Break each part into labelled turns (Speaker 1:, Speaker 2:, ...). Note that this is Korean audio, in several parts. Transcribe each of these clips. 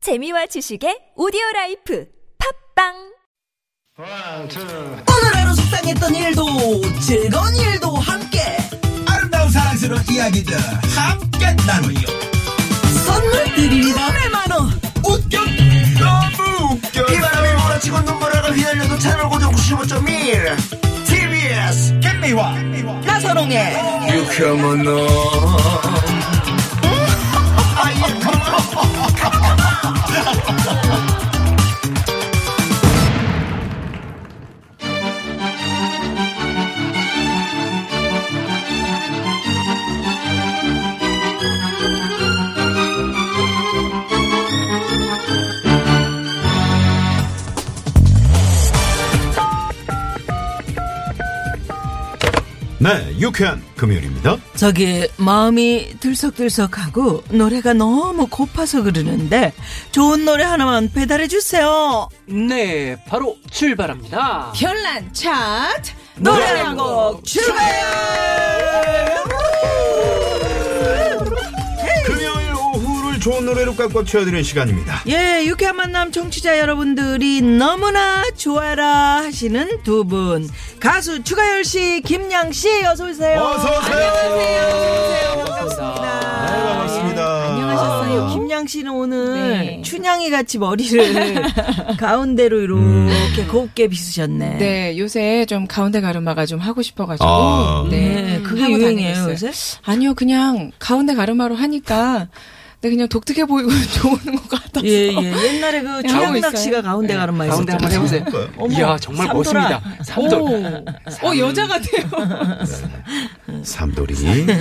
Speaker 1: 재미와 지식의 오디오 라이프 팝빵
Speaker 2: One, two.
Speaker 3: 오늘 하루 속상했던 일도 즐거운 일도 함께
Speaker 4: 아름다운 사랑스러운 이야기들 함께 나누요.
Speaker 3: 선물 드립니다 네, 100만원
Speaker 4: 웃겨 너무 웃겨.
Speaker 2: 이 바람이 몰아치고 눈보라가 휘날려도 채널 고정 95.1 TBS
Speaker 4: 김미화
Speaker 3: 나선홍의
Speaker 2: 유쾌한 너
Speaker 5: 네, 유쾌한 금요일입니다.
Speaker 3: 저기 마음이 들썩들썩하고 노래가 너무 고파서 그러는데 좋은 노래 하나만 배달해주세요
Speaker 6: 네, 바로 출발합니다.
Speaker 3: 별난 차트 노래 한 곡 출발
Speaker 5: 금요일 오후를 좋은 노래로 깎고 채워드리는 시간입니다.
Speaker 3: 예, 유쾌한 만남 청취자 여러분들이 너무나 좋아라 하시는 두 분. 가수 추가열 씨, 김양 씨, 어서오세요.
Speaker 5: 어서 오세요.
Speaker 3: 안녕하세요. 반갑습니다. 예,
Speaker 5: 네, 반갑습니다.
Speaker 3: 안녕하셨어요. 김양 씨는 오늘
Speaker 7: 네.
Speaker 3: 춘향이 같이 머리를 가운데로 이렇게 곱게 빗으셨네.
Speaker 7: 네, 요새 좀 가운데 가르마가 좀 하고 싶어가지고. 음,
Speaker 5: 아.
Speaker 3: 네, 그게
Speaker 7: 하고
Speaker 3: 유행이에요,
Speaker 7: 다니고
Speaker 3: 요새?
Speaker 7: 있어요. 아니요, 그냥 가운데 가르마로 하니까. 근데 그냥 독특해 보이고 좋은 것 같아서.
Speaker 3: 예, 예. 옛날에 그 춘향
Speaker 7: 하고 있어요. 네.
Speaker 3: 낚시가 가운데 가는 말이
Speaker 6: 가운데 한번 해보세요. 이야, 정말
Speaker 3: 삼돌아.
Speaker 6: 멋입니다. 삼돌.
Speaker 7: 어, 여자 같아요.
Speaker 5: 삼돌이. 네.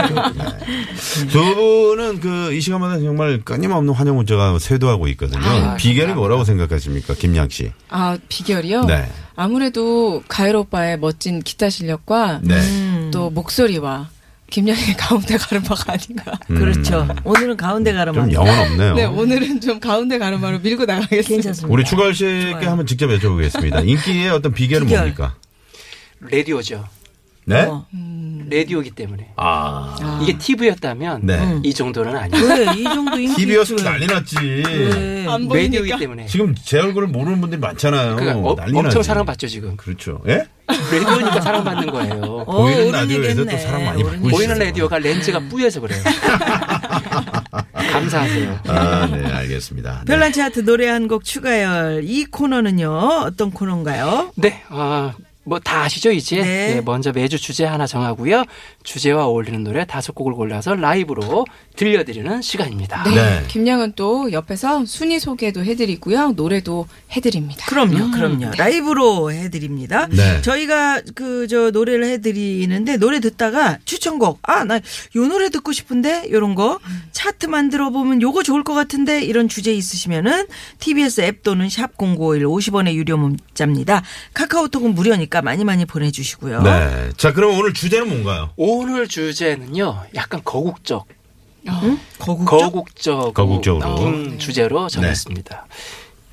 Speaker 5: 두 분은 그 이 시간마다 정말 끊임없는 환영 문자가 쇄도하고 있거든요.
Speaker 6: 아,
Speaker 5: 비결이
Speaker 6: 감사합니다.
Speaker 5: 뭐라고 생각하십니까, 김양 씨?
Speaker 7: 아, 비결이요?
Speaker 5: 네.
Speaker 7: 아무래도 가열 오빠의 멋진 기타 실력과
Speaker 5: 네.
Speaker 3: 음.
Speaker 7: 또 목소리와 김양의 가운데 가르마가 아닌가.
Speaker 3: 그렇죠. 오늘은 가운데 가는
Speaker 5: 좀
Speaker 3: 말.
Speaker 5: 영혼 없네요.
Speaker 7: 네, 오늘은 좀 가운데 가르마로 밀고 나가겠습니다.
Speaker 3: 괜찮습니다.
Speaker 5: 우리 추가열 씨께
Speaker 3: 좋아요.
Speaker 5: 한번 직접 여쭤보겠습니다. 인기의 어떤 비결은
Speaker 3: 비결.
Speaker 5: 뭡니까?
Speaker 6: 라디오죠.
Speaker 5: 네?
Speaker 3: 어.
Speaker 6: 라디오기 때문에.
Speaker 5: 아.
Speaker 6: 이게 TV였다면
Speaker 5: 네.
Speaker 6: 이 정도는 아니에요.
Speaker 3: 그래, 이 정도 인기
Speaker 6: 음.
Speaker 5: TV였으면
Speaker 3: 있으면.
Speaker 5: 난리 났지.
Speaker 3: 네.
Speaker 7: 안
Speaker 6: 라디오이기
Speaker 7: 음. 보이니까.
Speaker 6: 때문에.
Speaker 5: 지금 제 얼굴을 모르는 분들이 많잖아요.
Speaker 6: 그러니까 어,
Speaker 5: 난리
Speaker 6: 엄청
Speaker 5: 나지.
Speaker 6: 사랑받죠, 지금.
Speaker 5: 그렇죠. 예?
Speaker 6: 라디오니까 사랑받는 거예요.
Speaker 3: 어,
Speaker 5: 보이는
Speaker 3: 어른
Speaker 5: 라디오에서 또
Speaker 3: 얘기했네.
Speaker 5: 사람 많이
Speaker 3: 어른
Speaker 5: 받고 있어요.
Speaker 6: 보이는 라디오가 렌즈가 뿌여서 그래요. 감사하세요.
Speaker 5: 아, 네, 알겠습니다. 네.
Speaker 3: 별난 차트 노래 한 곡 추가열 이 코너는요 어떤 코너인가요?
Speaker 6: 네, 아, 뭐 다 아시죠 이제?
Speaker 3: 네.
Speaker 6: 네, 먼저 매주 주제 하나 정하고요. 주제와 어울리는 노래 다섯 곡을 골라서 라이브로 들려드리는 시간입니다.
Speaker 7: 네.
Speaker 5: 네.
Speaker 7: 김양은 또 옆에서 순위 소개도 해드리고요. 노래도 해드립니다.
Speaker 3: 그럼요, 그럼요. 라이브로 해드립니다.
Speaker 5: 네.
Speaker 3: 저희가 그 저 노래를 해드리는데 노래 듣다가 추천곡 아 나 요 노래 듣고 싶은데 요런 거 차트 만들어 보면 요거 좋을 것 같은데 이런 주제 있으시면은 TBS 앱 또는 샵 #051 50원의 유료 문자입니다. 카카오톡은 무료니까 많이 많이 보내주시고요.
Speaker 5: 네. 자, 그럼 오늘 주제는 뭔가요?
Speaker 6: 오늘 주제는요, 약간 거국적,
Speaker 3: 거국적
Speaker 6: 거국적,
Speaker 5: 거국적으로. 네.
Speaker 6: 나쁜 주제로 정했습니다.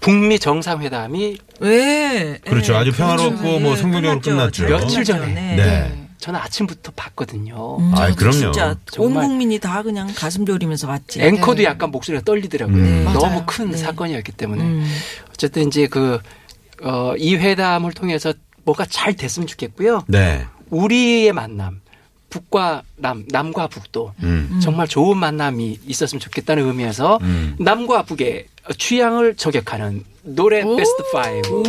Speaker 6: 북미 정상회담이
Speaker 3: 왜?
Speaker 5: 그렇죠. 아주 평화롭고 뭐 성공적으로 끝났죠.
Speaker 6: 며칠 전에.
Speaker 3: 예, 네. 그렇죠.
Speaker 5: 네.
Speaker 6: 저는 아침부터 봤거든요.
Speaker 3: 음.
Speaker 5: 아, 그럼요. 음.
Speaker 3: 진짜 온
Speaker 6: 정말. 예.
Speaker 3: 국민이 다 그냥 가슴 졸이면서 봤지.
Speaker 6: 네. 앵커도 약간 목소리가 떨리더라고요. 너무
Speaker 7: 맞아요.
Speaker 6: 큰 사건이었기 때문에. 어쨌든 이제 그, 어, 이 회담을 통해서 뭐가 잘 됐으면 좋겠고요.
Speaker 5: 네.
Speaker 6: 우리의 만남, 북과 남, 남과 북도
Speaker 5: 음.
Speaker 6: 정말 좋은 만남이 있었으면 좋겠다는 의미에서
Speaker 5: 음.
Speaker 6: 남과 북의 취향을 저격하는 노래 베스트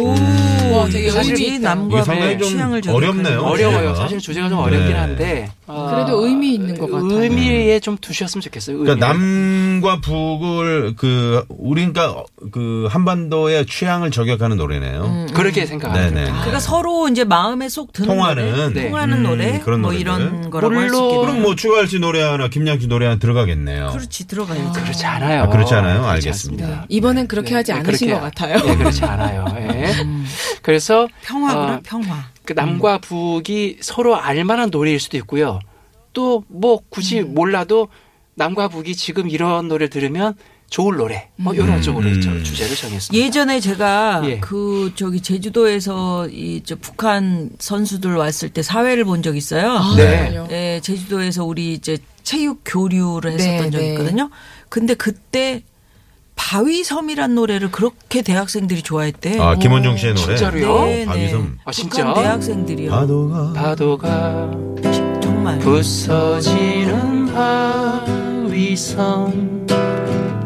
Speaker 6: 5.
Speaker 7: 와, 되게
Speaker 3: 사실
Speaker 7: 의미 있다.
Speaker 3: 남과
Speaker 5: 이게 상당히 좀
Speaker 3: 취향을 저격하는
Speaker 5: 어렵네요.
Speaker 6: 어려워요.
Speaker 5: 제가.
Speaker 6: 사실 주제가 좀 어렵긴
Speaker 5: 네.
Speaker 6: 한데. 어,
Speaker 7: 음, 그래도 의미 있는 것 같아요.
Speaker 6: 의미에 좀 두셨으면 좋겠어요.
Speaker 5: 그러니까
Speaker 6: 의미를.
Speaker 5: 남과 북을 그 우리 그러니까 그 한반도의 취향을 저격하는 노래네요.
Speaker 6: 음. 아, 그렇게 생각합니다.
Speaker 5: 음. 네네.
Speaker 3: 그러니까 서로 이제 마음에 속 드는
Speaker 5: 통하는.
Speaker 3: 노래,
Speaker 6: 네.
Speaker 3: 통하는
Speaker 5: 음,
Speaker 3: 노래,
Speaker 5: 그런
Speaker 3: 뭐
Speaker 5: 노래들.
Speaker 3: 이런 거라고 할 수
Speaker 6: 물론
Speaker 3: 있겠네요.
Speaker 5: 그럼 뭐 추가할 씨 노래 하나, 김양 씨 노래 하나 들어가겠네요.
Speaker 6: 그렇죠.
Speaker 3: 그렇지 들어가요.
Speaker 6: 그렇지 않아요.
Speaker 5: 아, 그렇지 않아요?
Speaker 6: 그렇지
Speaker 5: 알겠습니다.
Speaker 6: 않습니다.
Speaker 7: 이번엔 그렇게
Speaker 6: 네,
Speaker 7: 하지
Speaker 6: 네,
Speaker 7: 않으신
Speaker 6: 그렇게-
Speaker 7: 것 같아요.
Speaker 6: 네, 그렇지 않아요. 예.
Speaker 7: 음.
Speaker 6: 그래서
Speaker 3: 평화구나
Speaker 6: 어,
Speaker 3: 평화.
Speaker 6: 그 남과
Speaker 3: 음.
Speaker 6: 북이 서로 알만한 노래일 수도 있고요. 또 뭐 굳이
Speaker 3: 음.
Speaker 6: 몰라도 남과 북이 지금 이런 노래 들으면 좋을 노래 뭐 이런 쪽으로
Speaker 5: 음.
Speaker 6: 저 주제를 정했습니다.
Speaker 3: 예전에 제가
Speaker 6: 예.
Speaker 3: 그 저기 제주도에서 이 저 북한 선수들 왔을 때 사회를 본 적 있어요.
Speaker 5: 네.
Speaker 7: 아, 그럼요.
Speaker 3: 예, 제주도에서 우리 이제 체육 교류를 했었던
Speaker 7: 네,
Speaker 3: 적이
Speaker 7: 네.
Speaker 3: 있거든요. 근데 그때 바위섬이란 노래를 그렇게 대학생들이 좋아했대.
Speaker 5: 아, 김원종 씨의 노래.
Speaker 6: 진짜로요?
Speaker 5: 어,
Speaker 3: 네,
Speaker 5: 바위섬. 아,
Speaker 3: 북한
Speaker 6: 아, 진짜?
Speaker 3: 대학생들이요.
Speaker 5: 파도가.
Speaker 6: 파도가
Speaker 3: 정말.
Speaker 5: 그
Speaker 6: 부서지는 바위섬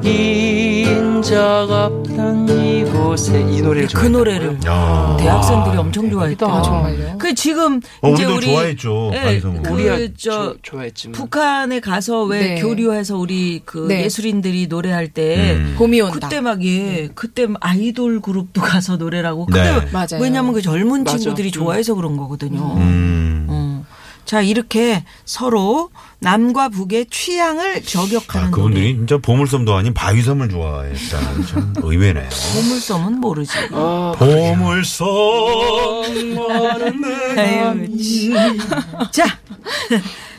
Speaker 6: 인적 없던 이곳에 이 노래를
Speaker 3: 그 노래를
Speaker 5: 야.
Speaker 3: 대학생들이 엄청 좋아했대.
Speaker 6: 대박이다.
Speaker 7: 아, 정말요?
Speaker 3: 그 지금
Speaker 5: 어,
Speaker 3: 이제
Speaker 5: 우리도
Speaker 3: 우리
Speaker 5: 좋아했죠.
Speaker 3: 예,
Speaker 5: 바위섬.
Speaker 3: 그-
Speaker 6: 우리가
Speaker 3: 저-
Speaker 6: 조- 좋아했지만
Speaker 3: 북한에 가서 왜
Speaker 7: 네.
Speaker 3: 교류해서 우리 그
Speaker 7: 네.
Speaker 3: 예술인들이 노래할 때
Speaker 5: 음.
Speaker 7: 봄이 온다. 네.
Speaker 3: 그때 막 예, 그때 아이돌 그룹도 가서 노래라고. 그때
Speaker 5: 네.
Speaker 7: 맞아요.
Speaker 3: 왜냐하면 그 젊은
Speaker 6: 맞아.
Speaker 3: 친구들이
Speaker 6: 음.
Speaker 3: 좋아해서 그런 거거든요.
Speaker 5: 음.
Speaker 3: 어. 자 이렇게 서로 남과 북의 취향을 저격하는
Speaker 5: 아, 그분들이 진짜 보물섬도 아닌 바위섬을 좋아했다는 참 의외네요.
Speaker 3: 노래. 보물섬은 모르지.
Speaker 6: 어,
Speaker 5: 보물섬.
Speaker 3: 아유, 씨. 자,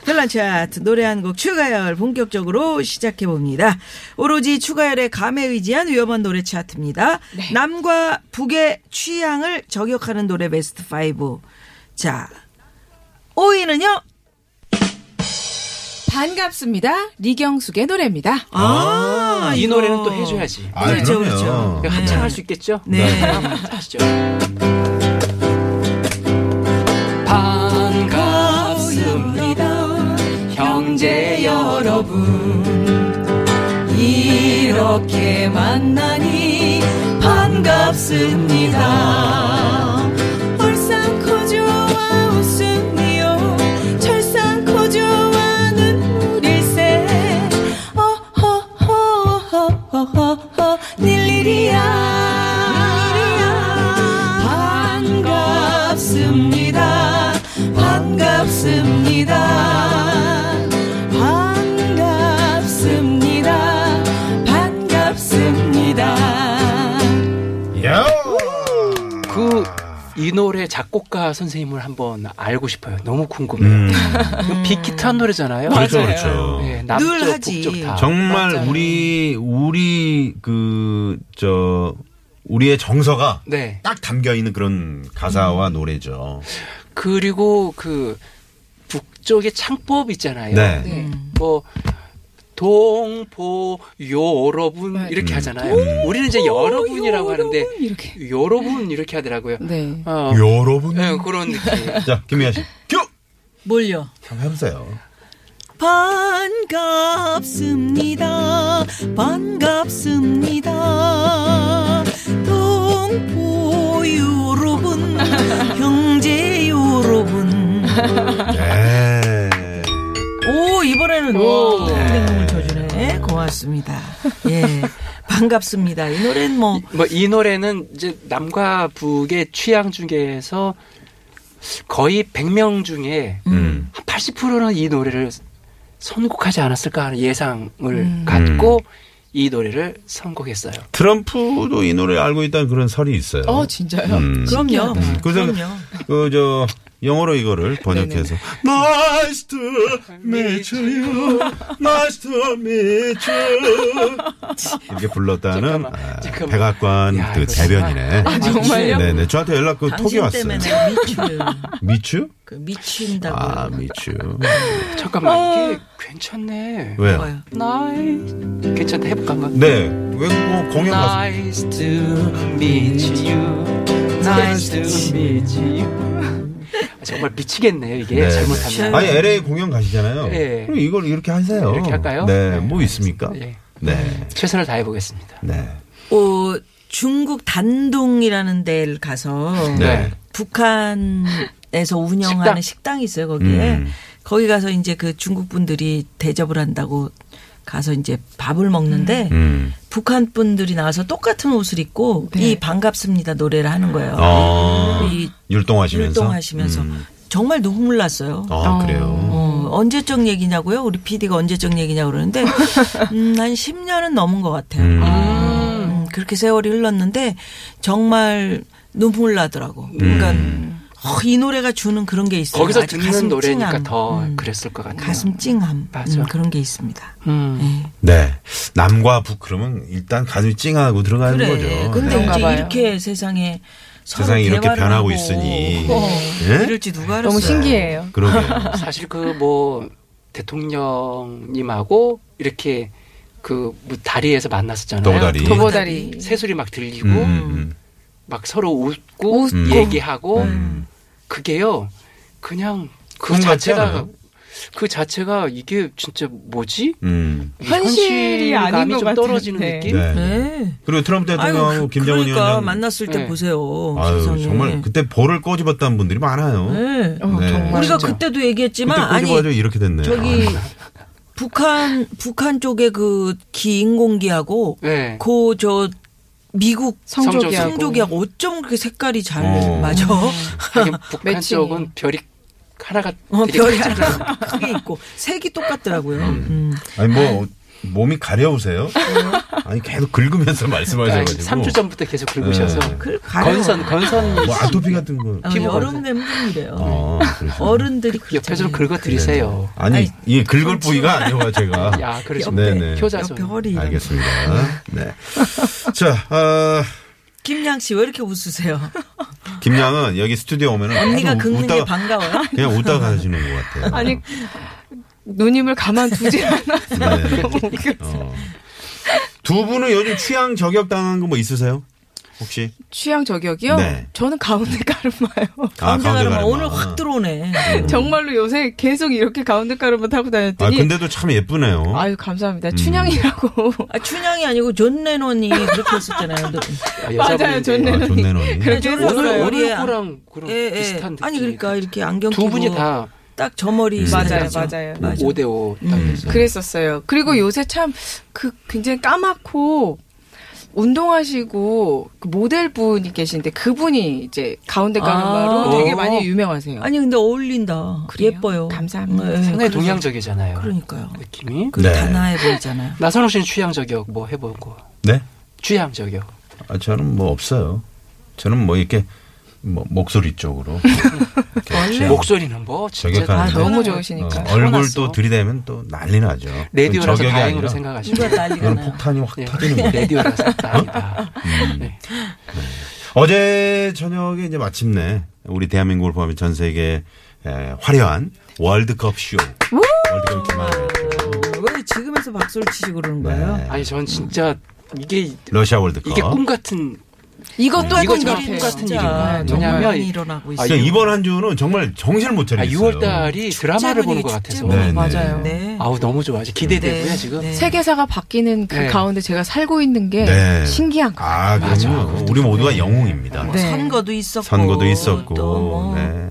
Speaker 3: 별난 차트 노래 한 곡 추가열 본격적으로 시작해 봅니다. 오로지 추가열의 감에 의지한 위험한 노래 차트입니다. 남과 북의 취향을 저격하는 노래 베스트 5. 자, 5위는요?
Speaker 7: 반갑습니다. 리경숙의 노래입니다.
Speaker 3: 아,
Speaker 6: 이
Speaker 3: 이거.
Speaker 6: 노래는 또 해줘야지
Speaker 5: 아,
Speaker 3: 그렇죠,
Speaker 5: 그럼요.
Speaker 3: 그렇죠.
Speaker 6: 이거 한창 할 수 있겠죠?
Speaker 3: 네.
Speaker 6: 아시죠? 반갑습니다 형제 여러분
Speaker 3: 이렇게 만나니 반갑습니다. 울산 코조와 웃음이요. 철산 코조와 눈물일세. 어허허허허허. 닐리리야. 반갑습니다. 반갑습니다. 반갑습니다. 반갑습니다.
Speaker 5: 야.
Speaker 6: 그 이 노래 작곡가 선생님을 한번 알고 싶어요 너무 궁금해요
Speaker 5: 음.
Speaker 6: 이거 빅히트한 노래잖아요
Speaker 5: 그렇죠, 그렇죠.
Speaker 6: 네, 남쪽,
Speaker 3: 늘 하지.
Speaker 6: 북쪽 다.
Speaker 5: 정말
Speaker 7: 맞아요.
Speaker 5: 우리 우리 그 저 우리의 정서가
Speaker 6: 네.
Speaker 5: 딱 담겨 있는 그런 가사와 노래죠.
Speaker 6: 그리고 그 북쪽의 창법 있잖아요.
Speaker 5: 네.
Speaker 7: 네.
Speaker 6: 뭐 동포 여러분
Speaker 7: 네.
Speaker 6: 이렇게
Speaker 5: 음.
Speaker 6: 하잖아요. 우리는 이제 여러분이라고 하는데
Speaker 7: 이렇게.
Speaker 6: 여러분 이렇게 하더라고요.
Speaker 7: 네.
Speaker 6: 어,
Speaker 5: 여러분.
Speaker 6: 네, 그런 느낌.
Speaker 5: 자, 김미아 씨. 큐.
Speaker 3: 뭘요?
Speaker 5: 한번 해보세요.
Speaker 3: 반갑습니다. 반갑습니다. 동포 여러분, 형제 여러분.
Speaker 5: 네.
Speaker 3: 오, 이번에는
Speaker 6: 오.
Speaker 3: 동생님을 쳐주네. 고맙습니다. 예. 반갑습니다. 이 노래는 뭐,
Speaker 6: 뭐 이 노래는 이제 남과 북의 취향 중에서 거의 100명 중에
Speaker 5: 음.
Speaker 6: 한 80%는 이 노래를 선곡하지 않았을까 하는 예상을 갖고
Speaker 5: 음.
Speaker 6: 이 노래를 선곡했어요.
Speaker 5: 트럼프도 이 노래 알고 있다는 그런 설이 있어요.
Speaker 7: 어, 진짜요?
Speaker 5: 음.
Speaker 3: 그럼요.
Speaker 7: 신기하다.
Speaker 5: 그래서
Speaker 3: 그럼요.
Speaker 5: 그 저 영어로 이거를 번역해서 Nice to meet you, Nice to meet you 이렇게 불렀다는
Speaker 6: 잠깐만,
Speaker 5: 아,
Speaker 6: 잠깐만.
Speaker 5: 백악관
Speaker 6: 야,
Speaker 5: 그
Speaker 6: 이거
Speaker 5: 대변인의
Speaker 7: 아, 정말요?
Speaker 5: 네네 저한테 연락 그 톡이
Speaker 3: 당신
Speaker 5: 왔어요.
Speaker 3: 때문에 미친,
Speaker 5: 미추?
Speaker 3: 그 미친다고.
Speaker 5: 아 미추
Speaker 6: 잠깐만 이게 괜찮네.
Speaker 5: 왜요? 네.
Speaker 3: 봐요.
Speaker 6: 나이 괜찮다 해볼까 한번.
Speaker 5: 네왜뭐 공연 가서
Speaker 6: Nice to meet you. Nice to meet you. 아, 정말 미치겠네요 이게
Speaker 5: 네.
Speaker 6: 잘못하면.
Speaker 5: 아니 LA 공연 가시잖아요.
Speaker 6: 예.
Speaker 5: 그럼 이걸 이렇게 하세요.
Speaker 6: 이렇게 할까요?
Speaker 5: 네 뭐 있습니까?
Speaker 6: 예.
Speaker 5: 네
Speaker 6: 최선을 다해보겠습니다.
Speaker 5: 네.
Speaker 3: 어, 중국 단둥이라는 데를 가서
Speaker 5: 네.
Speaker 3: 북한에서 운영하는 식당. 이 있어요 거기에
Speaker 5: 음.
Speaker 3: 거기 가서 이제 그 중국 분들이 대접을 한다고 가서 이제 밥을 먹는데
Speaker 5: 음.
Speaker 3: 북한 분들이 나와서 똑같은 옷을 입고
Speaker 7: 네.
Speaker 3: 이 반갑습니다 노래를 하는 거예요.
Speaker 5: 어.
Speaker 3: 이
Speaker 5: 율동하시면서.
Speaker 3: 율동하시면서
Speaker 5: 음.
Speaker 3: 정말 눈물 났어요.
Speaker 5: 아 그래요.
Speaker 3: 어, 언제적 얘기냐고요? 우리 PD가 언제적 얘기냐고 그러는데, 음, 한 10년은 넘은 것 같아요.
Speaker 5: 음.
Speaker 3: 음, 그렇게 세월이 흘렀는데, 정말 눈물 나더라고.
Speaker 5: 음.
Speaker 3: 그러니까, 어, 이 노래가 주는 그런 게 있어요.
Speaker 6: 거기서
Speaker 3: 아주
Speaker 6: 듣는
Speaker 3: 가슴
Speaker 6: 노래니까
Speaker 3: 찡함.
Speaker 6: 더
Speaker 3: 음,
Speaker 6: 그랬을 것 같아요.
Speaker 3: 가슴 찡함.
Speaker 6: 맞아.
Speaker 3: 음, 그런 게 있습니다.
Speaker 6: 음.
Speaker 3: 네.
Speaker 5: 네. 남과 북 그러면 일단 가슴이 찡하고 들어가는
Speaker 3: 그래.
Speaker 5: 거죠.
Speaker 3: 근데
Speaker 5: 네.
Speaker 7: 그런가
Speaker 3: 이제
Speaker 7: 봐요.
Speaker 3: 이렇게 세상에 서로
Speaker 5: 세상이 이렇게
Speaker 3: 대화를
Speaker 5: 변하고
Speaker 3: 하고
Speaker 5: 있으니.
Speaker 3: 어,
Speaker 5: 예?
Speaker 3: 이럴지 누가 알았어.
Speaker 7: 너무 신기해요.
Speaker 5: 그러게요.
Speaker 6: 사실 그 뭐 대통령님하고 이렇게 그 뭐 다리에서 만났었잖아요.
Speaker 5: 도보다리.
Speaker 7: 도보다리.
Speaker 6: 새소리 막 들리고
Speaker 5: 음, 음,
Speaker 6: 막 서로 웃고
Speaker 7: 웃고.
Speaker 6: 얘기하고
Speaker 5: 음.
Speaker 6: 그게요. 그냥 그
Speaker 5: 꿈 같지
Speaker 6: 자체가
Speaker 5: 않아요?
Speaker 6: 그 자체가 이게 진짜 뭐지?
Speaker 5: 음.
Speaker 6: 이
Speaker 7: 현실이
Speaker 6: 현실감이
Speaker 7: 아닌 것
Speaker 6: 좀
Speaker 7: 같은데.
Speaker 6: 떨어지는
Speaker 5: 네.
Speaker 6: 느낌?
Speaker 5: 그리고 트럼프 대통령하고
Speaker 3: 아유, 그,
Speaker 5: 김정은
Speaker 3: 그러니까
Speaker 5: 위원장.
Speaker 3: 만났을 때
Speaker 6: 네.
Speaker 3: 보세요.
Speaker 5: 아유,
Speaker 3: 세상에.
Speaker 5: 정말 그때 볼을 꼬집었다는 분들이 많아요.
Speaker 3: 네.
Speaker 7: 어,
Speaker 5: 네.
Speaker 7: 정말.
Speaker 3: 우리가
Speaker 6: 진짜.
Speaker 3: 그때도
Speaker 5: 그때
Speaker 3: 얘기했지만 아니
Speaker 5: 꼬집어가지고 이렇게 됐네. 아.
Speaker 3: 저기 북한 북한 쪽에 그 기인공기하고
Speaker 6: 네.
Speaker 3: 그 저 미국
Speaker 7: 성조기하고.
Speaker 3: 성조기하고 어쩜 그렇게 색깔이 잘
Speaker 5: 어.
Speaker 3: 맞아?
Speaker 6: 하긴 북한
Speaker 7: 매칭이에요.
Speaker 6: 쪽은 별이 하나가
Speaker 3: 어,
Speaker 6: 네. 되게
Speaker 3: 별이
Speaker 6: 크잖아요.
Speaker 3: 하나 크게 있고 색이 똑같더라고요. 음.
Speaker 5: 아니 뭐 몸이 가려우세요? 아니 계속 긁으면서 말씀하셔가지고.
Speaker 6: 3주 전부터 계속 긁으셔서
Speaker 5: 네.
Speaker 3: 그 가려.
Speaker 6: 건선 건선
Speaker 5: 뭐 아토피 같은 거.
Speaker 3: 어,
Speaker 6: 피부가
Speaker 3: 여름 냄새이래요.
Speaker 5: 아, 그러시구나.
Speaker 3: 어른들이
Speaker 6: 옆에
Speaker 3: 그렇잖아요.
Speaker 6: 좀 긁어 드리세요.
Speaker 5: 네, 아니 이 긁을 부위가 아니에요 제가.
Speaker 6: 야, 그러죠.
Speaker 5: 옆에. 네, 네네.
Speaker 6: 효자손.
Speaker 3: 별이.
Speaker 5: 알겠습니다. 네. 자, 아,
Speaker 3: 김양 씨 왜 이렇게 웃으세요?
Speaker 5: 김양은 여기 스튜디오 오면은
Speaker 3: 언니가
Speaker 5: 계속
Speaker 3: 긁는
Speaker 5: 웃다가
Speaker 3: 게 반가워요.
Speaker 5: 그냥 웃다 가시는 것 같아요.
Speaker 7: 아니 누님을 가만두지 않아.
Speaker 5: 네. 어. 두 분은 요즘 취향 저격 당한 거 뭐 있으세요? 혹시?
Speaker 7: 취향 저격이요?
Speaker 5: 네.
Speaker 7: 저는 가운데 가르마요.
Speaker 5: 아, 가운데
Speaker 3: 가르마.
Speaker 5: 가르마.
Speaker 3: 오늘 확 들어오네.
Speaker 7: 정말로 요새 계속 이렇게 가운데 가르마 타고
Speaker 5: 아,
Speaker 7: 다녔더니
Speaker 5: 근데도 참 예쁘네요. 음.
Speaker 7: 아유 감사합니다. 춘향이라고
Speaker 3: 아, 춘향이 아니고 존 레논이 그렇게 했었잖아요. 너-
Speaker 6: 아,
Speaker 7: 맞아요,
Speaker 6: 여자분인데.
Speaker 7: 좋네요.
Speaker 5: 아, 존내너니.
Speaker 7: 그래도
Speaker 6: 오늘
Speaker 3: 그래요.
Speaker 6: 오늘
Speaker 3: 우리의
Speaker 6: 거랑 그런
Speaker 3: 예, 예.
Speaker 6: 비슷한 느낌.
Speaker 3: 아니 그러니까 이렇게 안경
Speaker 6: 두
Speaker 3: 끼고
Speaker 6: 분이 다
Speaker 3: 딱저 머리
Speaker 5: 음.
Speaker 7: 맞아요,
Speaker 3: 스타일이죠.
Speaker 7: 맞아요.
Speaker 3: 맞아.
Speaker 6: 5대5 딱
Speaker 7: 네.
Speaker 6: 해서.
Speaker 7: 그랬었어요. 그리고 요새 참 그 굉장히 까맣고 운동하시고 그 모델 분이 계신데 그분이 이제 가운데 가르마로
Speaker 3: 아.
Speaker 7: 되게
Speaker 6: 어.
Speaker 7: 많이 유명하세요.
Speaker 3: 아니 근데 어울린다.
Speaker 7: 그래요?
Speaker 3: 예뻐요. 네,
Speaker 7: 감사합니다.
Speaker 6: 상당히
Speaker 3: 그래서-
Speaker 6: 동양적이잖아요.
Speaker 3: 그러니까 그러니까요.
Speaker 6: 느낌이.
Speaker 3: 그
Speaker 5: 네.
Speaker 3: 단아해 보이잖아요.
Speaker 6: 나선호 씨는 취향 저격 뭐 해보고
Speaker 5: 네?
Speaker 6: 취향 저격.
Speaker 5: 아, 저는 뭐 없어요. 저는 뭐 이렇게 뭐 목소리 쪽으로 이렇게 제-
Speaker 6: 목소리는 뭐 진짜
Speaker 5: 저격하는
Speaker 7: 아,
Speaker 5: 거.
Speaker 7: 너무
Speaker 5: 어,
Speaker 7: 좋으시니까.
Speaker 5: 얼굴
Speaker 6: 시원하소.
Speaker 5: 또 들이대면 또 난리 나죠.
Speaker 6: 레디오라서
Speaker 5: 저격이 아니라
Speaker 6: 다행으로
Speaker 3: 누가
Speaker 6: 생각하시면
Speaker 3: 난리가
Speaker 5: 이건
Speaker 3: 나요.
Speaker 5: 폭탄이 확
Speaker 6: 네,
Speaker 5: 터지는 거예요.
Speaker 6: 레디오라서 다행이다.
Speaker 5: 음.
Speaker 6: 네.
Speaker 5: 어제 저녁에 이제 마침내 우리 대한민국을 포함해 전 세계 에, 화려한 월드컵 쇼. 월드컵 기망했죠.
Speaker 3: 왜 지금에서 박수를 치시고 그러는 거예요?
Speaker 5: 네.
Speaker 6: 아니 전 진짜 이게
Speaker 5: 러시아 월드컵.
Speaker 6: 이게 꿈 같은
Speaker 7: 어, 이것도
Speaker 6: 이거
Speaker 7: 꿈
Speaker 6: 참
Speaker 7: 같아요.
Speaker 6: 같은
Speaker 3: 진짜
Speaker 6: 일인가요?
Speaker 3: 네, 정말
Speaker 6: 왜냐면
Speaker 3: 많이 일어나고
Speaker 6: 아,
Speaker 3: 있어요.
Speaker 5: 진짜 이번 한 주는 정말 정신을 못
Speaker 6: 아,
Speaker 5: 차리겠어요.
Speaker 6: 6월 달이 드라마를 보는 것 같아서
Speaker 5: 네, 네.
Speaker 7: 맞아요.
Speaker 3: 네.
Speaker 6: 아우 너무 좋아 이제 기대되고요
Speaker 3: 네,
Speaker 6: 지금
Speaker 3: 네.
Speaker 7: 세계사가 바뀌는 그
Speaker 6: 네.
Speaker 7: 가운데 제가 살고 있는 게
Speaker 5: 네.
Speaker 7: 신기한 거.
Speaker 5: 아, 그럼요. 우리 모두가 영웅입니다.
Speaker 7: 네.
Speaker 3: 선거도 있었고
Speaker 5: 선거도 있었고.
Speaker 3: 또 뭐,
Speaker 5: 네.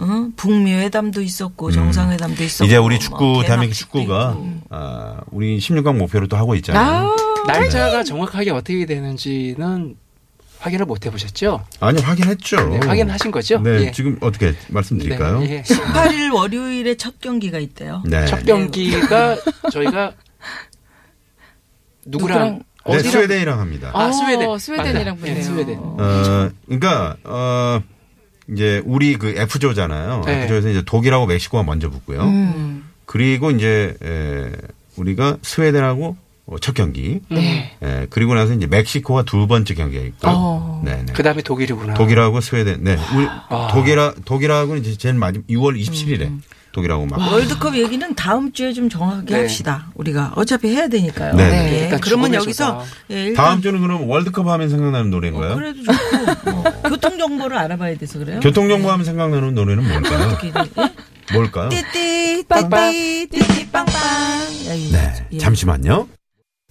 Speaker 3: 응? 북미 회담도 있었고 정상회담도 있었고
Speaker 5: 이제 우리
Speaker 3: 뭐
Speaker 5: 축구 대한민국
Speaker 3: 개막식도
Speaker 5: 축구가
Speaker 3: 있고.
Speaker 5: 아, 우리 16강 목표로 또 하고 있잖아요.
Speaker 7: 아,
Speaker 3: 네.
Speaker 6: 날짜가 정확하게 어떻게 되는지는 확인을 못 해보셨죠?
Speaker 5: 아니 확인했죠.
Speaker 6: 네, 확인하신 거죠?
Speaker 5: 네,
Speaker 6: 예.
Speaker 5: 지금 어떻게 말씀드릴까요?
Speaker 6: 네,
Speaker 5: 네.
Speaker 6: 예.
Speaker 3: 18일 월요일에 첫 경기가 있대요.
Speaker 6: 첫 경기가 저희가 누구랑
Speaker 7: 누구랑
Speaker 5: 네, 스웨덴이랑 합니다.
Speaker 6: 아,
Speaker 7: 어,
Speaker 6: 스웨덴.
Speaker 7: 스웨덴이랑
Speaker 6: 맞아요. 예,
Speaker 7: 보네요.
Speaker 6: 스웨덴.
Speaker 5: 어, 그러니까 어 이제 우리 그 F조잖아요.
Speaker 6: 네.
Speaker 5: F조에서 이제 독일하고 멕시코가 먼저 붙고요.
Speaker 7: 음.
Speaker 5: 그리고 이제 에, 우리가 스웨덴하고 어, 첫 경기.
Speaker 6: 네.
Speaker 5: 에, 그리고 나서 이제 멕시코가 두 번째 경기가 있고.
Speaker 7: 어.
Speaker 5: 네, 네.
Speaker 6: 그다음에 독일이구나.
Speaker 5: 독일하고 스웨덴. 네. 우리 독일하 독일하고는 이제 제일 마지막 6월 27일에 독일하고 막
Speaker 3: 월드컵 얘기는 다음 주에 좀 정확하게
Speaker 6: 네.
Speaker 3: 합시다. 우리가 어차피 해야 되니까요.
Speaker 5: 네.
Speaker 3: 예,
Speaker 6: 일단
Speaker 3: 그러면
Speaker 6: 죽음의
Speaker 3: 여기서
Speaker 6: 조다.
Speaker 3: 예, 일단
Speaker 5: 다음 주는 그럼 월드컵 하면 생각나는 노래인가요?
Speaker 3: 어, 그래도 좋고 뭐, 교통 정보를 알아봐야 돼서 그래요.
Speaker 5: 교통정보 하면 생각나는 노래는 뭘까요? 뭘까요?
Speaker 3: 띠띠 띠띠 띠띠 빵빵. 야, 이-
Speaker 5: 네.
Speaker 3: 예.
Speaker 5: 잠시만요.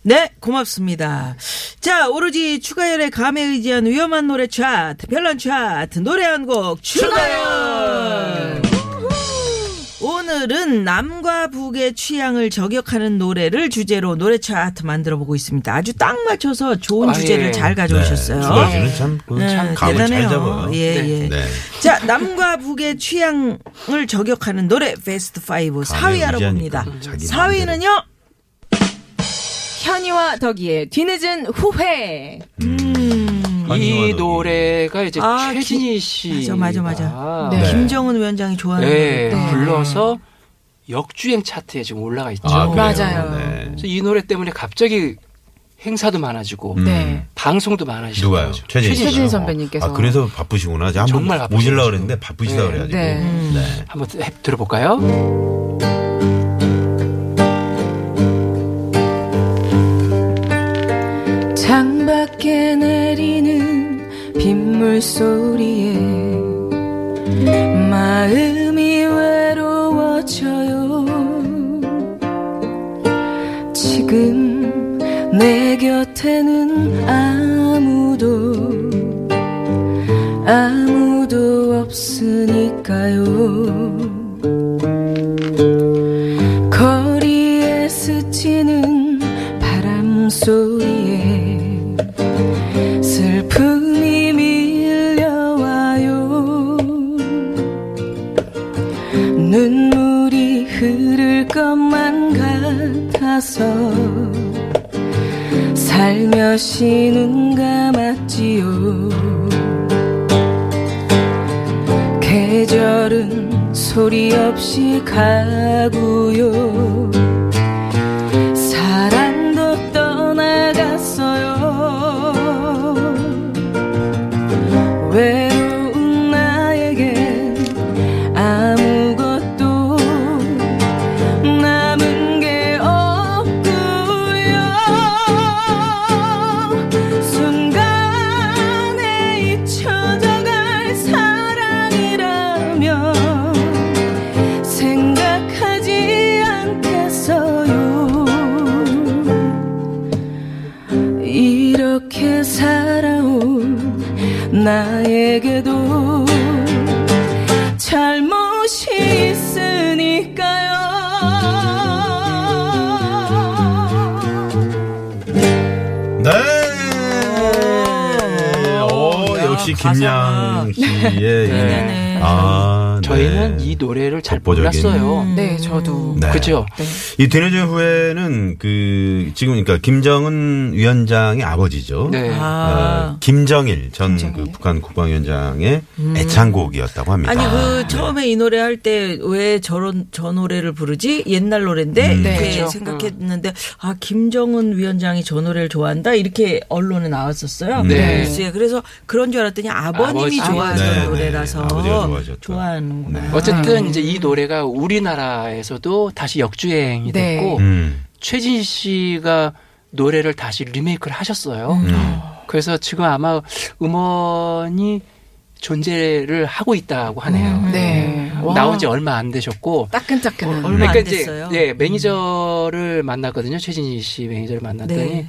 Speaker 3: 네, 고맙습니다. 자, 오로지 추가열의 감에 의지한 위험한 노래 차트, 별난 차트, 노래 한 곡 추가열! 오늘은 남과 북의 취향을 저격하는 노래를 주제로 노래 차트 만들어 보고 있습니다. 아주 딱 맞춰서 좋은
Speaker 6: 아,
Speaker 3: 주제를
Speaker 6: 예.
Speaker 3: 잘 가져오셨어요.
Speaker 5: 네. 주가지는 참, 그
Speaker 3: 네,
Speaker 5: 참 감을 잘 잡아요.
Speaker 3: 예, 예.
Speaker 5: 네.
Speaker 3: 자, 남과 북의 취향을 저격하는 노래 베스트 5 4위
Speaker 5: 의지하니까
Speaker 3: 알아봅니다.
Speaker 5: 자기
Speaker 3: 4위는요?
Speaker 7: 현이와 덕이의 뒤늦은 후회.
Speaker 3: 음,
Speaker 6: 이 노래가 이제
Speaker 3: 아,
Speaker 6: 최진희 씨.
Speaker 3: 맞아, 맞아, 맞아.
Speaker 7: 네.
Speaker 3: 김정은 위원장이 좋아하는
Speaker 6: 네,
Speaker 3: 노래.
Speaker 6: 불러서 역주행 차트에 지금 올라가 있죠.
Speaker 5: 아, 그래요?
Speaker 7: 맞아요.
Speaker 5: 네.
Speaker 6: 그래서 이 노래 때문에 갑자기 행사도 많아지고
Speaker 7: 네.
Speaker 6: 방송도
Speaker 5: 음.
Speaker 6: 많아지고
Speaker 5: 누가요? 최진
Speaker 7: 최진
Speaker 5: 씨요?
Speaker 7: 선배님께서.
Speaker 5: 아, 그래서 바쁘시구나. 제가 한번
Speaker 6: 정말 바쁘시죠.
Speaker 5: 모실라 그랬는데 바쁘시다
Speaker 6: 네.
Speaker 5: 그래가지고.
Speaker 7: 네.
Speaker 5: 네.
Speaker 6: 한번 해- 들어볼까요?
Speaker 7: 내리는 빗물 소리에 마음이 외로워져요 지금 내 곁에는 아무도 아무도 없으니까요 거리에 스치는 바람 소리에 슬픔이 밀려와요 눈물이 흐를 것만 같아서 살며시 눈 감았지요 계절은 소리 없이 가고요. 사랑도 떠나갔어요. 외로운 나에겐 아무것도 남은 게 없고요. 순간에 잊혀져갈 사랑이라면 생각하지 않겠어요. 이렇게 살아온 나에게도 잘못이 있으니까요.
Speaker 5: 네. 오,
Speaker 3: 야,
Speaker 5: 역시
Speaker 3: 음. 아, 가사가.
Speaker 5: 김양 씨의
Speaker 3: 네네.
Speaker 5: 이- 아, 네.
Speaker 6: 저희는 이 노래를 잘
Speaker 5: 독보적인.
Speaker 6: 몰랐어요.
Speaker 7: 네, 저도.
Speaker 5: 음. 네.
Speaker 6: 그죠?
Speaker 5: 이 뒤늦은 후에는 그 지금 그러니까 김정은 위원장의 아버지죠.
Speaker 6: 네.
Speaker 5: 어,
Speaker 3: 아.
Speaker 5: 김정일 전 그 북한 국방위원장의
Speaker 6: 음.
Speaker 5: 애창곡이었다고 합니다. 네.
Speaker 3: 아니 그 처음에 이 노래 할 때 왜 저런 저 노래를 부르지 옛날 노래인데
Speaker 5: 음.
Speaker 3: 이렇게
Speaker 6: 네, 그렇죠.
Speaker 3: 생각했는데 아 김정은 위원장이 저 노래를 좋아한다 이렇게 언론에 나왔었어요
Speaker 5: 네.
Speaker 3: 뉴스에 그래서 그런 줄 알았더니 아버님이
Speaker 6: 아버지.
Speaker 3: 좋아하던
Speaker 5: 네, 네.
Speaker 3: 노래라서
Speaker 5: 아버지가 좋아하셨다.
Speaker 3: 좋아하는구나
Speaker 5: 네.
Speaker 6: 어쨌든 이제 이 노래가 우리나라에서도 다시 역주행이
Speaker 7: 네.
Speaker 6: 됐고
Speaker 5: 음.
Speaker 6: 최진 씨가 노래를 다시 리메이크를 하셨어요.
Speaker 5: 음.
Speaker 6: 그래서 지금 아마 음원이 존재를 하고 있다고 하네요.
Speaker 7: 네. 와.
Speaker 6: 나온 지 얼마 안 되셨고
Speaker 7: 따끈따끈한.
Speaker 3: 음. 얼마 안
Speaker 6: 그러니까 이제
Speaker 3: 됐어요. 음.
Speaker 6: 예, 매니저를 만났거든요. 최진희 씨 매니저를 만났더니
Speaker 3: 네.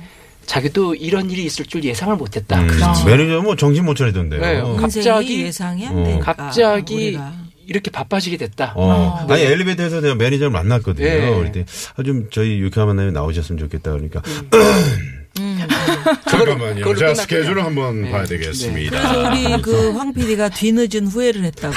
Speaker 6: 자기도 이런 일이 있을 줄 예상을 못했다.
Speaker 5: 음. 매니저 뭐 정신 못 차리던데요.
Speaker 6: 네. 갑-
Speaker 3: 갑자기
Speaker 6: 갑자기-
Speaker 3: 예상이 안
Speaker 5: 어.
Speaker 3: 되니까
Speaker 6: 갑자기
Speaker 3: 아, 우리가.
Speaker 6: 이렇게 바빠지게 됐다.
Speaker 5: 어. 아니 엘리베이터에서 내가 매니저를 만났거든요.
Speaker 6: 네.
Speaker 5: 그때 아, 좀 저희 유쾌한 만남에 나오셨으면 좋겠다 그러니까
Speaker 8: 잠깐만요.
Speaker 6: 음. 그걸로
Speaker 8: 제가
Speaker 6: 끝났군요.
Speaker 8: 스케줄을 한번
Speaker 6: 네.
Speaker 8: 봐야 되겠습니다.
Speaker 3: 그래서 우리 그 황 PD가 뒤늦은 후회를 했다고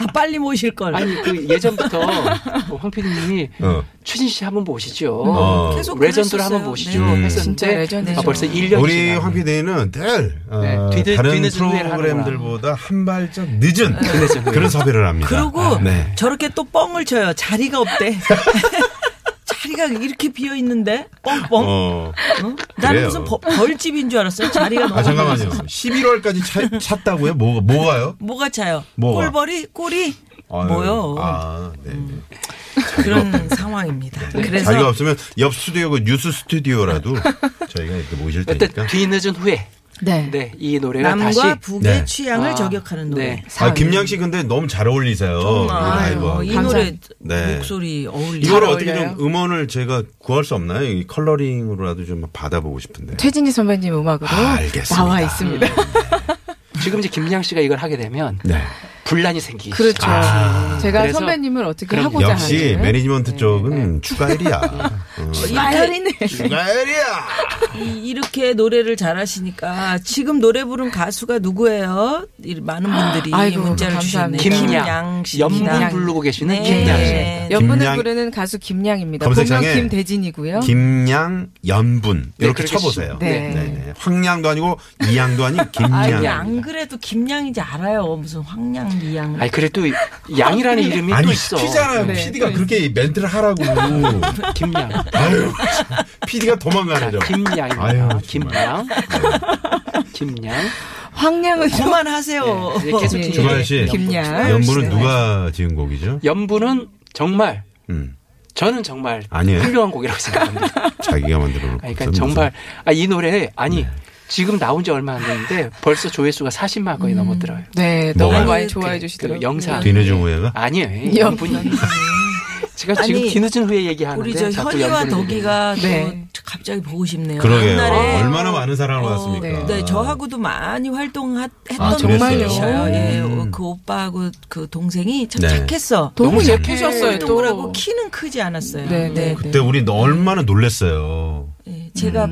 Speaker 3: 아, 빨리 모실 걸
Speaker 6: 아니 그 예전부터 황 PD님이
Speaker 5: 어.
Speaker 6: 최진 씨 한번 모시죠.
Speaker 5: 어.
Speaker 3: 계속
Speaker 6: 레전드를
Speaker 3: 그랬었어요.
Speaker 6: 한번 모시죠.
Speaker 5: 네.
Speaker 7: 진짜
Speaker 6: 했었는데
Speaker 7: 레전드죠.
Speaker 6: 아, 벌써 1년이
Speaker 5: 우리 황 PD는 늘 어,
Speaker 6: 네, 뒤늦-
Speaker 5: 다른
Speaker 6: 뒤늦은 후회를 네.
Speaker 5: 프로그램들보다 한 발짝 늦은
Speaker 6: 늦은 후회.
Speaker 5: 그런 섭외를 합니다.
Speaker 3: 그리고
Speaker 5: 아, 네.
Speaker 3: 저렇게 또 뻥을 쳐요. 자리가 없대. 자리가 이렇게 비어 있는데 뻥뻥.
Speaker 5: 어.
Speaker 3: 어? 나는
Speaker 5: 그래요.
Speaker 3: 무슨 버- 벌집인 줄 알았어요. 자리가 너무
Speaker 5: 아 잠깐만요.
Speaker 3: 많아서.
Speaker 5: 11월까지 차, 찼다고요? 뭐 뭐가요?
Speaker 3: 뭐가 차요?
Speaker 5: 뭐가?
Speaker 3: 꼴벌이 꼴이
Speaker 5: 아유,
Speaker 3: 뭐요?
Speaker 5: 아, 네.
Speaker 3: 그런 상황입니다. 그래서
Speaker 5: 자리가 없으면 옆 스튜디오 그 뉴스 스튜디오라도 저희가 이렇게 모실 테니까.
Speaker 6: 어쨌든 뒤늦은 후에
Speaker 7: 네.
Speaker 6: 네, 이 노래가
Speaker 3: 남과
Speaker 6: 다시
Speaker 3: 북의
Speaker 5: 네.
Speaker 3: 취향을
Speaker 6: 아,
Speaker 3: 저격하는 노래.
Speaker 6: 네.
Speaker 5: 아 김양 씨 근데 너무 잘 어울리세요. 이
Speaker 3: 정말
Speaker 5: 라이브하고.
Speaker 3: 이
Speaker 7: 감사합니다.
Speaker 3: 노래
Speaker 5: 네.
Speaker 3: 목소리 어울리.
Speaker 5: 이거를
Speaker 6: 아,
Speaker 7: 잘
Speaker 5: 어떻게 좀
Speaker 7: 어울려요.
Speaker 5: 음원을 제가 구할 수 없나요? 이 컬러링으로라도 좀 받아보고 싶은데.
Speaker 7: 최진희 선배님 음악으로
Speaker 5: 아, 알겠습니다.
Speaker 7: 나와 있습니다.
Speaker 6: 지금 이제 김양 씨가 이걸 하게 되면
Speaker 5: 네. 아.
Speaker 6: 분란이 생기기
Speaker 7: 그렇죠.
Speaker 6: 시작해요.
Speaker 7: 제가
Speaker 6: 그래서-
Speaker 7: 선배님을 어떻게
Speaker 6: 그럼
Speaker 7: 하고자
Speaker 5: 역시
Speaker 7: 하는
Speaker 5: 매니지먼트
Speaker 3: 네.
Speaker 5: 쪽은 추가일이야. 어.
Speaker 7: 말이네.
Speaker 5: 추가일이야.
Speaker 3: 이- 이렇게 노래를 잘하시니까 지금 노래 부른 가수가 누구예요? 이 많은 분들이
Speaker 7: 아이고,
Speaker 3: 문자를 주셨네요.
Speaker 7: 감사합니다.
Speaker 6: 김양, 연분 부르고 계시는
Speaker 3: 네.
Speaker 6: 김양 씨.
Speaker 3: 네.
Speaker 7: 연분을
Speaker 5: 김양-
Speaker 7: 부르는 가수 김양입니다. 본명
Speaker 5: 검색창에
Speaker 7: 김대진이고요.
Speaker 5: 김양 연분
Speaker 6: 네,
Speaker 5: 이렇게
Speaker 6: 그렇게
Speaker 5: 쳐보세요.
Speaker 6: 시-
Speaker 7: 네.
Speaker 5: 네. 황양도 아니고 이양도 아닌
Speaker 3: 아,
Speaker 5: 김양.
Speaker 3: 이게 안 그래도 김양인지 알아요. 무슨 황양, 미양.
Speaker 6: 아니 그래도 이- 양이라는 이름이 또
Speaker 5: 아니
Speaker 6: 있어.
Speaker 5: 시키잖아요. PD가 그렇게 멘트를 하라고.
Speaker 6: 김양,
Speaker 5: 아유, PD가 도망가네 저.
Speaker 6: 김양입니다.
Speaker 5: 아유, 정말. 네.
Speaker 6: 김양, 김양.
Speaker 3: 어,
Speaker 7: 황량은 또-
Speaker 3: 그만하세요.
Speaker 6: 네, 계속
Speaker 7: 예, 예.
Speaker 5: 주말 씨.
Speaker 7: 김양.
Speaker 5: 연분은 누가 지은 곡이죠?
Speaker 6: 연분은 정말
Speaker 5: 음.
Speaker 6: 저는 정말
Speaker 5: 아니에요.
Speaker 6: 훌륭한 곡이라고 생각합니다.
Speaker 5: 자기가 만들어 놓고.
Speaker 6: 그러니까 정말 아, 이 노래 아니
Speaker 5: 네.
Speaker 6: 지금 나온 지 얼마 안 됐는데 벌써 조회수가 40만
Speaker 3: 음.
Speaker 6: 건이 넘었더라고요.
Speaker 7: 네,
Speaker 5: 뭐가요?
Speaker 7: 너무 많이
Speaker 3: 그-
Speaker 7: 좋아해
Speaker 6: 그
Speaker 7: 주시더라고요.
Speaker 6: 영상.
Speaker 5: 뒤늦은 후회가
Speaker 6: 아니에요.
Speaker 7: 영-
Speaker 6: 연분이. 제가 지금
Speaker 3: 아니,
Speaker 6: 뒤늦은 후에 얘기하는데
Speaker 3: 우리 저
Speaker 6: 자꾸
Speaker 3: 현이와
Speaker 6: 연분을
Speaker 3: 덕이가
Speaker 7: 네.
Speaker 3: 또 갑자기 보고 싶네요.
Speaker 5: 그러게요. 아,
Speaker 3: 옛날에
Speaker 5: 얼마나 많은 사랑을
Speaker 3: 어,
Speaker 5: 받았습니까?
Speaker 3: 네, 저하고도 많이 활동했던
Speaker 5: 아, 정말요?
Speaker 3: 분이셔요. 예,
Speaker 5: 음.
Speaker 3: 어, 그 오빠하고 그 동생이 참
Speaker 5: 네.
Speaker 3: 착했어.
Speaker 7: 너무
Speaker 6: 너무 착해.
Speaker 7: 예쁘셨어요,
Speaker 3: 동그랗고
Speaker 7: 또.
Speaker 3: 키는 크지 않았어요.
Speaker 7: 네, 네.
Speaker 5: 그때 우리 얼마나 놀랬어요.
Speaker 3: 예, 제가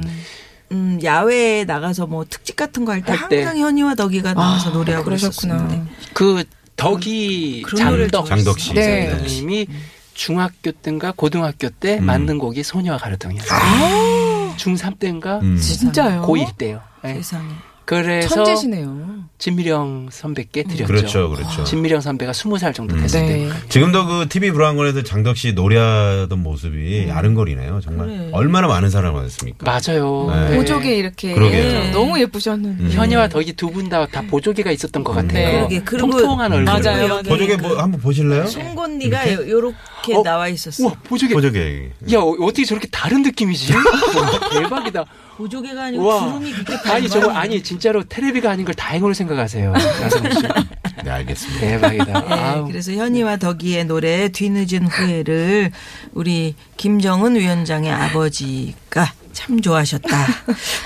Speaker 3: 음, 야외에 나가서 뭐 특집 같은 거 할 때
Speaker 6: 할 때. 아,
Speaker 3: 항상 현이와 덕이가 나와서 아, 노래하고
Speaker 7: 아, 그러셨구나.
Speaker 3: 그랬었는데
Speaker 6: 그 덕이
Speaker 3: 그런 노래를
Speaker 6: 장덕
Speaker 5: 장덕 씨.
Speaker 7: 네.
Speaker 6: 님이 중학교 때인가 고등학교 때
Speaker 5: 음. 아.
Speaker 6: 만든 곡이 소녀와 가르동이었어요. 중3 때인가
Speaker 5: 음.
Speaker 3: 네.
Speaker 7: 진짜요?
Speaker 6: 고1 때요. 네.
Speaker 3: 세상에
Speaker 6: 그래서
Speaker 7: 천재시네요.
Speaker 6: 진미령 선배께 드렸죠.
Speaker 5: 그렇죠, 그렇죠. 음.
Speaker 6: 진미령 선배가 20살 정도 됐을
Speaker 7: 네.
Speaker 6: 때.
Speaker 5: 지금도 그 TV 브라운관에서 장덕 씨 노래하던
Speaker 7: 음.
Speaker 5: 모습이 아른거리네요. 정말 얼마나 많은 사랑을 받았습니까?
Speaker 6: 맞아요.
Speaker 5: 네.
Speaker 7: 보조개 이렇게 네.
Speaker 3: 네.
Speaker 5: 그러게요.
Speaker 7: 너무 예쁘셨는데.
Speaker 6: 현이와 덕이 두 분 다 다 보조개가 있었던 것 같아요.
Speaker 3: 음. 네. 그러게, 그리고-
Speaker 6: 통통한 얼굴.
Speaker 7: 맞아요, 네. 맞아요.
Speaker 5: 음. 보조개 뭐 한번 보실래요?
Speaker 3: 송곳니가 요- 요렇게
Speaker 6: 네. 어?
Speaker 3: 나와 있었어.
Speaker 6: 우와 보조개.
Speaker 5: 보조개.
Speaker 6: 야 어- 어떻게 저렇게 다른 느낌이지? 우와, 대박이다.
Speaker 3: 보조개가 아니고
Speaker 6: 와.
Speaker 3: 주름이 그렇게
Speaker 6: 아니 저거
Speaker 3: 닮아요.
Speaker 6: 아니 진짜로 테레비가 아닌 걸 다행으로 생각하세요. 나성훈 씨.
Speaker 5: 네, 알겠습니다.
Speaker 6: 대박이다.
Speaker 3: 네,
Speaker 6: 아우.
Speaker 3: 그래서 현이와 덕이의 노래 뒤늦은 후회를 우리 김정은 위원장의 아버지가 참 좋아하셨다.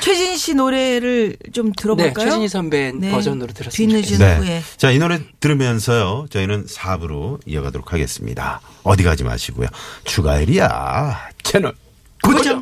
Speaker 3: 최진 씨 노래를 좀
Speaker 6: 네,
Speaker 3: 들어볼까요?
Speaker 6: 최진희 선배
Speaker 3: 네.
Speaker 6: 버전으로 들었습니다.
Speaker 3: 뒤늦은
Speaker 5: 네.
Speaker 3: 후에.
Speaker 5: 자, 이 노래 들으면서요. 저희는 4부로 이어가도록 하겠습니다. 어디 가지 마시고요. 추가일이야. 채널 고정.